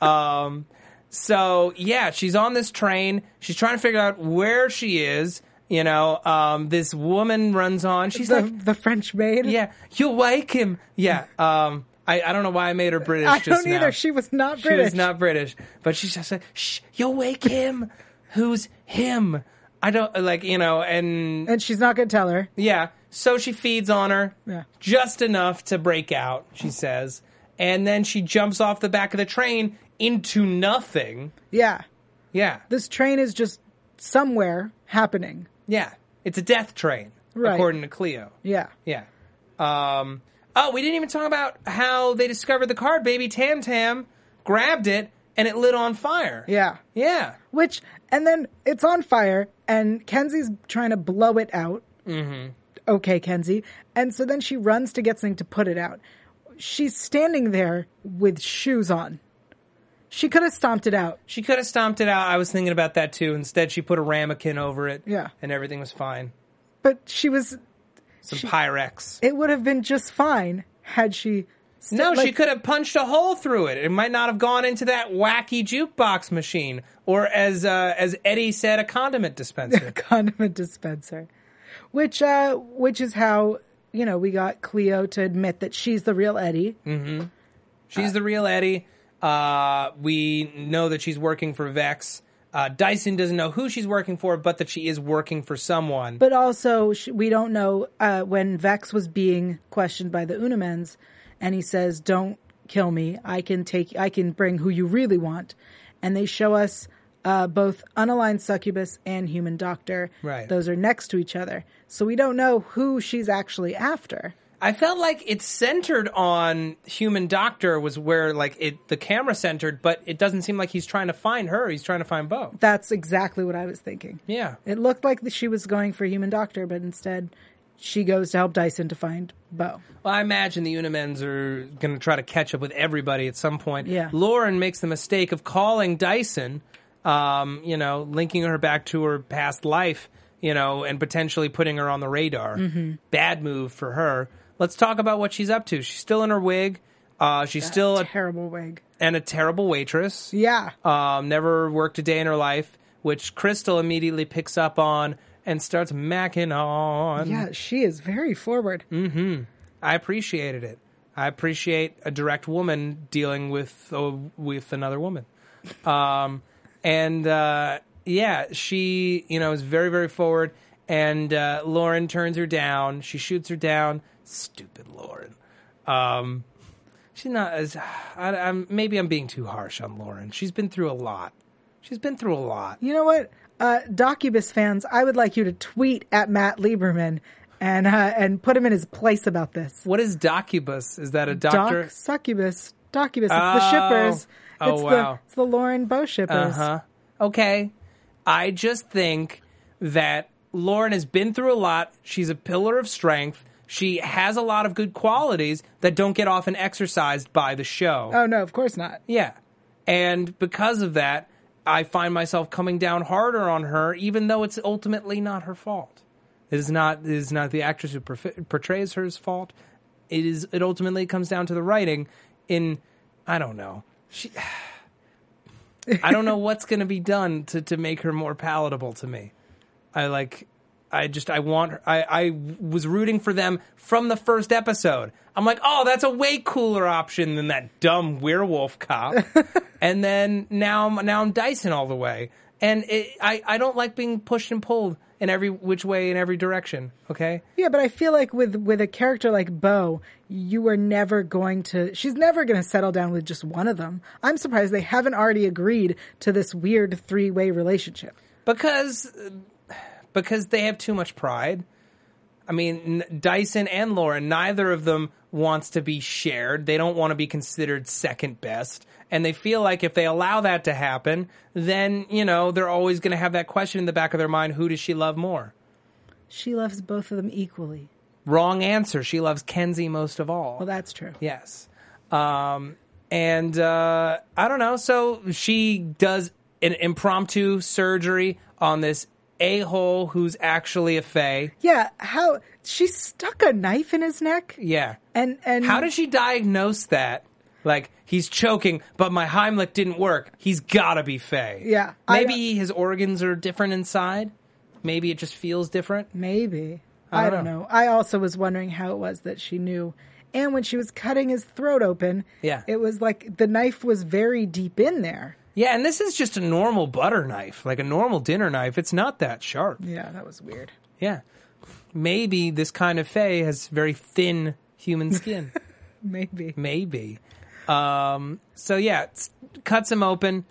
[SPEAKER 2] um, so, yeah, she's on this train. She's trying to figure out where she is. You know, um, this woman runs on. She's
[SPEAKER 3] The
[SPEAKER 2] like,
[SPEAKER 3] the French maid.
[SPEAKER 2] yeah, you'll wake him. Yeah. Um, I, I don't know why I made her British
[SPEAKER 3] I
[SPEAKER 2] just
[SPEAKER 3] don't either.
[SPEAKER 2] now.
[SPEAKER 3] She was not
[SPEAKER 2] She
[SPEAKER 3] British.
[SPEAKER 2] was not British, but she just said, "Shh, you'll wake him. Who's him? I don't like you know." And
[SPEAKER 3] and she's not gonna tell her.
[SPEAKER 2] yeah. So she feeds on her
[SPEAKER 3] Yeah.
[SPEAKER 2] just enough to break out, she says. And then she jumps off the back of the train into nothing.
[SPEAKER 3] Yeah.
[SPEAKER 2] Yeah.
[SPEAKER 3] This train is just somewhere happening.
[SPEAKER 2] Yeah. It's a death train,
[SPEAKER 3] Right.
[SPEAKER 2] according to Cleo.
[SPEAKER 3] Yeah.
[SPEAKER 2] Yeah. Um, oh, we didn't even talk about how they discovered the card. Baby Tam Tam grabbed it and it lit on fire.
[SPEAKER 3] Yeah.
[SPEAKER 2] Yeah.
[SPEAKER 3] Which and then it's on fire and Kenzie's trying to blow it out. Mm-hmm. Okay, Kenzie. And so then she runs to get something to put it out. She's standing there with shoes on. She could have stomped it out.
[SPEAKER 2] She could have stomped it out. I was thinking about that too. Instead, she put a ramekin over it.
[SPEAKER 3] Yeah.
[SPEAKER 2] And everything was fine.
[SPEAKER 3] But she was
[SPEAKER 2] Some Pyrex.
[SPEAKER 3] it would have been just fine had she st-
[SPEAKER 2] No, she
[SPEAKER 3] like-
[SPEAKER 2] could have punched a hole through it. It might not have gone into that wacky jukebox machine, or as uh, as Eddie said, a condiment dispenser.
[SPEAKER 3] condiment dispenser, which uh, which is how you know we got Cleo to admit that she's the real Eddie.
[SPEAKER 2] she's the real Eddie. Uh, we know that she's working for Vex. Uh, Dyson doesn't know who she's working for, but that she is working for someone.
[SPEAKER 3] But also, sh we don't know uh, when Vex was being questioned by the Unamens, and he says, "Don't kill me. I can take. I can bring who you really want." And they show us uh, both unaligned succubus and human doctor.
[SPEAKER 2] Right.
[SPEAKER 3] Those are next to each other, so we don't know who she's actually after.
[SPEAKER 2] I felt like it centered on Human Doctor was where like it the camera centered, but it doesn't seem like he's trying to find her. He's trying to find Bo.
[SPEAKER 3] That's exactly what I was thinking.
[SPEAKER 2] Yeah.
[SPEAKER 3] It looked like that she was going for human doctor, but instead she goes to help Dyson to find Bo.
[SPEAKER 2] Well, I imagine the Unimens are going to try to catch up with everybody at some point.
[SPEAKER 3] Yeah.
[SPEAKER 2] Lauren makes the mistake of calling Dyson, um, you know, linking her back to her past life, you know, and potentially putting her on the radar.
[SPEAKER 3] Mm-hmm.
[SPEAKER 2] Bad move for her. Let's talk about what she's up to. She's still in her wig. Uh, she's still a,
[SPEAKER 3] Terrible wig.
[SPEAKER 2] and a terrible waitress.
[SPEAKER 3] Yeah.
[SPEAKER 2] Um, never worked a day in her life, which Crystal immediately picks up on and starts macking on.
[SPEAKER 3] yeah, she is very forward.
[SPEAKER 2] I appreciated it. I appreciate a direct woman dealing with uh, with another woman. Um, and uh, yeah, she you know is very very forward. And uh, Lauren turns her down. She shoots her down. Stupid Lauren. Um, she's not as. I, I'm maybe I'm being too harsh on Lauren. She's been through a lot. She's been through a lot.
[SPEAKER 3] You know what? Uh, Docubus fans, I would like you to tweet at Matt Lieberman and uh, and put him in his place about this.
[SPEAKER 2] What is Docubus? Is that a doctor?
[SPEAKER 3] Doc succubus. Docubus. It's
[SPEAKER 2] Oh.
[SPEAKER 3] the shippers.
[SPEAKER 2] Oh,
[SPEAKER 3] it's
[SPEAKER 2] wow.
[SPEAKER 3] the it's the Lauren Bo shippers.
[SPEAKER 2] Uh-huh. Okay. I just think that Lauren has been through a lot. She's a pillar of strength. She has a lot of good qualities that don't get often exercised by the show.
[SPEAKER 3] Oh no, of course not.
[SPEAKER 2] yeah. And because of that, I find myself coming down harder on her, even though it's ultimately not her fault. It is not. It is not the actress who perf- portrays her's fault. It is. It ultimately comes down to the writing. In I don't know. She. I don't know what's going to be done to to make her more palatable to me. I like. I just. I want. Her, I. I was rooting for them from the first episode. I'm like, oh, that's a way cooler option than that dumb werewolf cop. and then now I'm now I'm Dyson all the way, and it, I I don't like being pushed and pulled in every which way in every direction. Okay.
[SPEAKER 3] Yeah, but I feel like with with a character like Bo, you are never going to. She's never going to settle down with just one of them. I'm surprised they haven't already agreed to this weird three way relationship.
[SPEAKER 2] because because they have too much pride. I mean, n- Dyson and Lauren, neither of them wants to be shared. They don't want to be considered second best. And they feel like if they allow that to happen, then, you know, they're always going to have that question in the back of their mind who does she love more?
[SPEAKER 3] She loves both of them equally.
[SPEAKER 2] Wrong answer. She loves Kenzie most of all.
[SPEAKER 3] Well, that's true.
[SPEAKER 2] Yes. Um, and uh, I don't know. So she does an impromptu surgery on this a hole who's actually a Fae.
[SPEAKER 3] Yeah, how she stuck a knife in his neck.
[SPEAKER 2] Yeah.
[SPEAKER 3] And and
[SPEAKER 2] How did she diagnose that? Like he's choking, but my Heimlich didn't work. He's gotta be Fae.
[SPEAKER 3] Yeah, I-
[SPEAKER 2] Maybe his organs are different inside. Maybe it just feels different.
[SPEAKER 3] Maybe. I,
[SPEAKER 2] don't
[SPEAKER 3] don't
[SPEAKER 2] know.
[SPEAKER 3] know. I also was wondering how it was that she knew. And when she was cutting his throat open,
[SPEAKER 2] Yeah.
[SPEAKER 3] it was like the knife was very deep in there.
[SPEAKER 2] Yeah, and this is just a normal butter knife, like a normal dinner knife. It's not that sharp.
[SPEAKER 3] Yeah, that was weird.
[SPEAKER 2] Yeah. Maybe this kind of Fae has very thin human skin.
[SPEAKER 3] Maybe.
[SPEAKER 2] Hmm. maybe. Um, so yeah, s- cuts him open,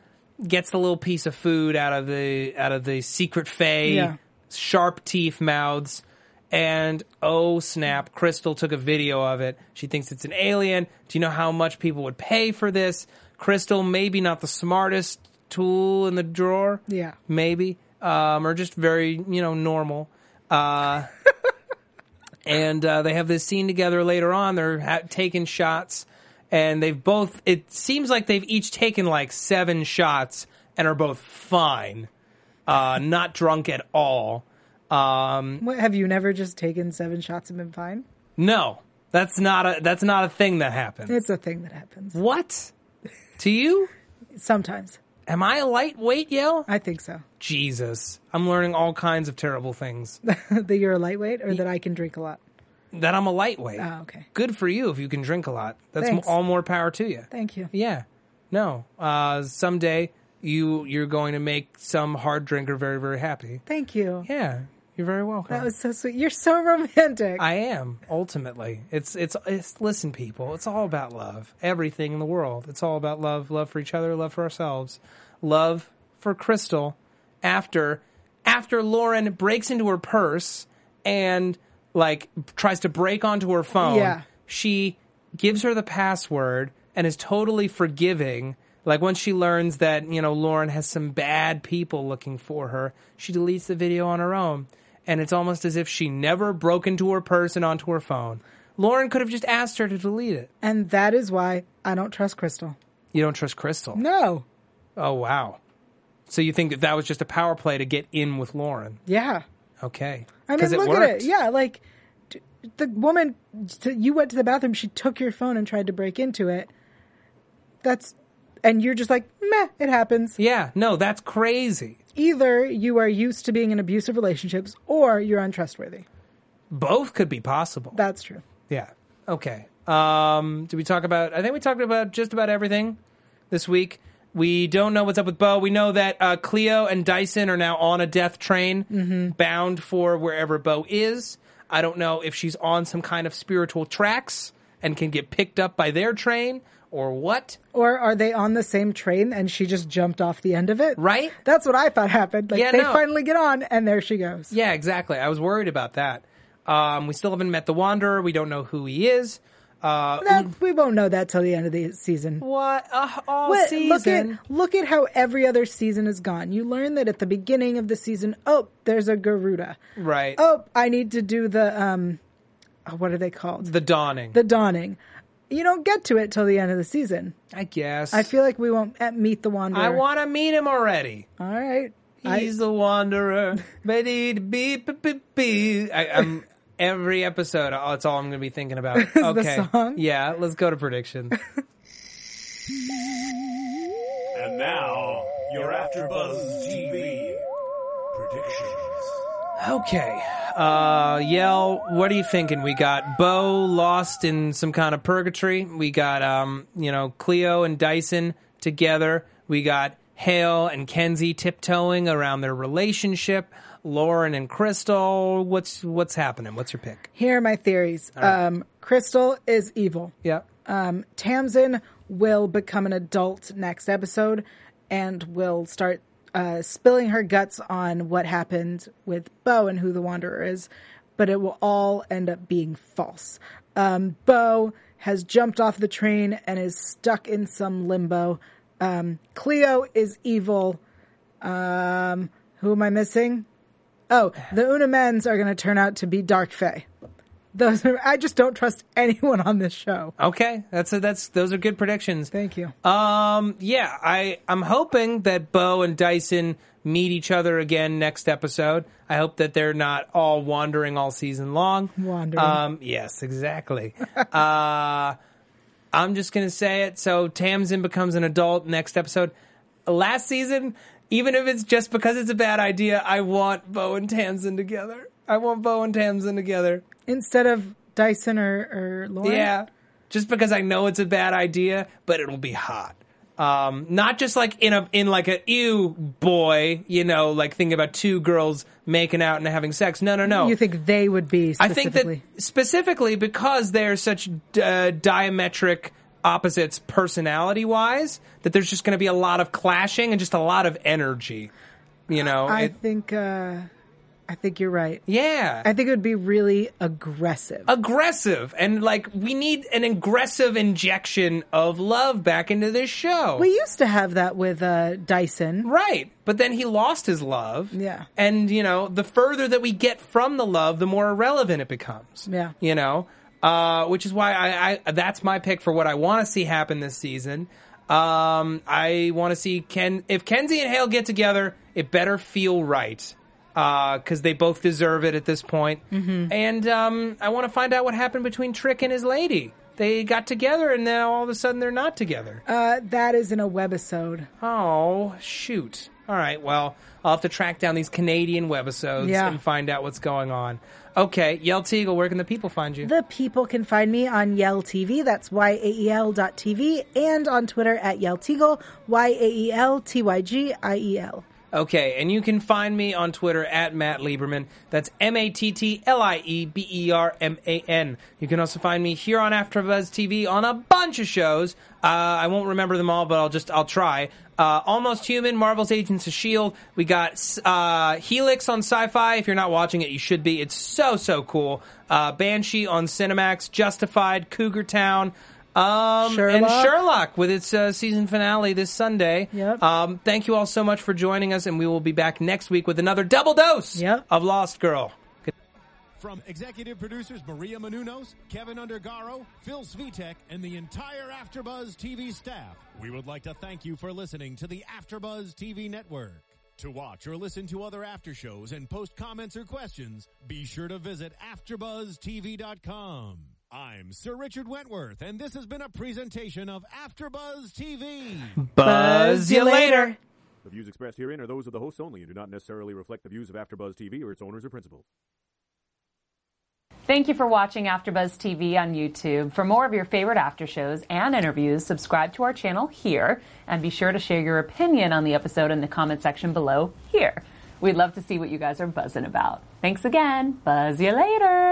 [SPEAKER 2] gets the little piece of food out of the out of the secret fey
[SPEAKER 3] Yeah.
[SPEAKER 2] sharp teeth mouths, and oh snap! Crystal took a video of it. She thinks it's an alien. Do you know how much people would pay for this? Crystal, maybe not the smartest tool in the drawer.
[SPEAKER 3] Yeah.
[SPEAKER 2] maybe, um, or just very you know normal. Uh, and uh, they have this scene together later on. They're ha- taking shots, and they've both. It seems like they've each taken like seven shots and are both fine, uh, not drunk at all. Um,
[SPEAKER 3] What, have you never just taken seven shots and been fine?
[SPEAKER 2] no, that's not a that's not a thing that happens.
[SPEAKER 3] It's a thing that happens.
[SPEAKER 2] what to you?
[SPEAKER 3] Sometimes.
[SPEAKER 2] Am I a lightweight, Yale?
[SPEAKER 3] I think so.
[SPEAKER 2] Jesus, I'm learning all kinds of terrible things.
[SPEAKER 3] that you're a lightweight or that I can drink a lot.
[SPEAKER 2] that I'm a lightweight.
[SPEAKER 3] Oh, okay.
[SPEAKER 2] Good for you if you can drink a lot. That's m-
[SPEAKER 3] Thanks.
[SPEAKER 2] all more power to you.
[SPEAKER 3] Thank you.
[SPEAKER 2] Yeah. No. Uh, someday you you're going to make some hard drinker very very happy.
[SPEAKER 3] Thank you.
[SPEAKER 2] Yeah. You're very welcome.
[SPEAKER 3] That was so sweet. You're so romantic.
[SPEAKER 2] I am ultimately. It's, it's it's listen, people. It's all about love. Everything in the world. It's all about love. Love for each other. Love for ourselves. Love for Crystal. After after Lauren breaks into her purse and like tries to break onto her phone.
[SPEAKER 3] Yeah.
[SPEAKER 2] She gives her the password and is totally forgiving. Like once she learns that, you know, Lauren has some bad people looking for her, she deletes the video on her own. And it's almost as if she never broke into her purse and onto her phone. Lauren could have just asked her to delete it.
[SPEAKER 3] and that is why I don't trust Crystal.
[SPEAKER 2] You don't trust Crystal.
[SPEAKER 3] No.
[SPEAKER 2] Oh, wow. So you think that that was just a power play to get in with Lauren.
[SPEAKER 3] Yeah.
[SPEAKER 2] Okay.
[SPEAKER 3] I mean,
[SPEAKER 2] 'Cause
[SPEAKER 3] look at
[SPEAKER 2] worked.
[SPEAKER 3] it. Yeah, like d- the woman, t- you went to the bathroom. She took your phone and tried to break into it. That's, and you're just like, meh, it happens.
[SPEAKER 2] Yeah. No, that's crazy.
[SPEAKER 3] Either you are used to being in abusive relationships, or you're untrustworthy.
[SPEAKER 2] Both could be possible.
[SPEAKER 3] That's true.
[SPEAKER 2] Yeah. Okay. Um, did we talk about? I think we talked about just about everything this week. We don't know what's up with Bo. We know that uh, Cleo and Dyson are now on a death train,
[SPEAKER 3] Mm-hmm.
[SPEAKER 2] bound for wherever Bo is. I don't know if she's on some kind of spiritual tracks and can get picked up by their train or what.
[SPEAKER 3] Or are they on the same train and she just jumped off the end of it?
[SPEAKER 2] Right?
[SPEAKER 3] That's what I thought happened. Like
[SPEAKER 2] Yeah,
[SPEAKER 3] they
[SPEAKER 2] no.
[SPEAKER 3] finally get on, and there she goes.
[SPEAKER 2] Yeah, exactly. I was worried about that. Um, we still haven't met the Wanderer. We don't know who he is. Uh,
[SPEAKER 3] That, we won't know that till the end of the season.
[SPEAKER 2] what uh, all
[SPEAKER 3] But
[SPEAKER 2] season?
[SPEAKER 3] Look at look at how every other season is gone. You learn that at the beginning of the season, oh, there's a Garuda.
[SPEAKER 2] right.
[SPEAKER 3] Oh, I need to do the um, oh, what are they called?
[SPEAKER 2] the dawning.
[SPEAKER 3] The dawning. You don't get to it till the end of the season.
[SPEAKER 2] I guess.
[SPEAKER 3] I feel like we won't uh, meet the Wanderer.
[SPEAKER 2] I want to meet him already.
[SPEAKER 3] All right. I,
[SPEAKER 2] He's the wanderer, ready to be. be, be, be. I, I'm every episode. oh, That's all I'm going to be thinking about. okay,
[SPEAKER 3] song?
[SPEAKER 2] yeah. Let's go to predictions.
[SPEAKER 4] And now, your AfterBuzz TV predictions.
[SPEAKER 2] okay, uh, yell. What are you thinking? We got Bo lost in some kind of purgatory. We got um, you know, Cleo and Dyson together. We got Hale and Kenzie tiptoeing around their relationship. Lauren and Crystal. What's what's happening? What's your pick?
[SPEAKER 3] here are my theories. Um, Crystal is evil.
[SPEAKER 2] Yeah.
[SPEAKER 3] Um, Tamsin will become an adult next episode and will start uh, spilling her guts on what happened with Bo and who the Wanderer is. but it will all end up being false. Um, Bo has jumped off the train and is stuck in some limbo. Um, Cleo is evil. Um, who am I missing? Oh, the Unamens are going to turn out to be Dark Fae. Those are, I just don't trust anyone on this show.
[SPEAKER 2] Okay, that's a, that's those are good predictions.
[SPEAKER 3] Thank you.
[SPEAKER 2] Um, yeah, I I'm hoping that Bo and Dyson meet each other again next episode. I hope that they're not all wandering all season long.
[SPEAKER 3] Wandering.
[SPEAKER 2] Um, yes, exactly. uh, I'm just gonna say it. So Tamsin becomes an adult next episode. Last season, even if it's just because it's a bad idea, I want Bo and Tamsin together. I want Bo and Tamsin together.
[SPEAKER 3] Instead of Dyson or, or Lauren?
[SPEAKER 2] Yeah. Just because I know it's a bad idea, but it'll be hot. Um, not just like in a in like a ew boy, you know, like thinking about two girls making out and having sex. No, no, no.
[SPEAKER 3] You think they would be
[SPEAKER 2] I think
[SPEAKER 3] specifically?
[SPEAKER 2] that specifically because they're such uh, diametric opposites personality wise, that there's just going to be a lot of clashing and just a lot of energy. You know,
[SPEAKER 3] I
[SPEAKER 2] Oh, It-
[SPEAKER 3] think uh, I think you're right.
[SPEAKER 2] yeah.
[SPEAKER 3] I think it would be really aggressive.
[SPEAKER 2] Uh, aggressive and like we need an aggressive injection of love back into this show.
[SPEAKER 3] we used to have that with uh, Dyson.
[SPEAKER 2] right. But then he lost his love.
[SPEAKER 3] Yeah.
[SPEAKER 2] And you know, the further that we get from the love, the more irrelevant it becomes.
[SPEAKER 3] Yeah.
[SPEAKER 2] You know, uh, which is why I, I that's my pick for what I want to see happen this season. Um, I want to see Ken if Kenzie and Hale get together, it better feel right. Because they both deserve it at this point,
[SPEAKER 3] Mm-hmm.
[SPEAKER 2] and um, I want to find out what happened between Trick and his lady. They got together, and now all of a sudden they're not together.
[SPEAKER 3] Uh, that is in a webisode.
[SPEAKER 2] Oh, shoot. All right, well, I'll have to track down these Canadian webisodes
[SPEAKER 3] Yeah.
[SPEAKER 2] and find out what's going on. Okay, Yell Teagle, where can the people find you?
[SPEAKER 3] The people can find me on Yell TV, that's Y-A-E-L dot TV, and on Twitter at Yell Teagle, E Y-A-E-L-T-Y-G-I-E-L.
[SPEAKER 2] Okay, and you can find me on Twitter at Matt Lieberman. That's M A T T L I E B E R M A N. You can also find me here on AfterBuzz TV on a bunch of shows. Uh, I won't remember them all, but I'll just I'll try. Uh, Almost Human, Marvel's Agents of Shield. E We got uh, Helix on Sci-Fi. If you're not watching it, you should be. It's so so cool. Uh, Banshee on Cinemax. Justified, Cougar Town. Um, and
[SPEAKER 3] Sherlock.
[SPEAKER 2] Sherlock with its uh, season finale this Sunday.
[SPEAKER 3] Yep.
[SPEAKER 2] Um, thank you all so much for joining us, and we will be back next week with another double dose
[SPEAKER 3] Yep.
[SPEAKER 2] of Lost Girl.
[SPEAKER 1] From executive producers Maria Manunos, Kevin Undergaro, Phil Svitek, and the entire Afterbuzz TV staff, we would like to thank you for listening to the Afterbuzz TV network. To watch or listen to other after shows and post comments or questions, be sure to visit AfterbuzzTV.com. I'm Sir Richard Wentworth, and this has been a presentation of Afterbuzz TV.
[SPEAKER 2] Buzz you later.
[SPEAKER 5] The views expressed herein are those of the hosts only and do not necessarily reflect the views of AfterBuzz TV or its owners or principals.
[SPEAKER 6] Thank you for watching AfterBuzz TV on YouTube. For more of your favorite after shows and interviews, subscribe to our channel here, and be sure to share your opinion on the episode in the comment section below here. We'd love to see what you guys are buzzing about. Thanks again. Buzz you later.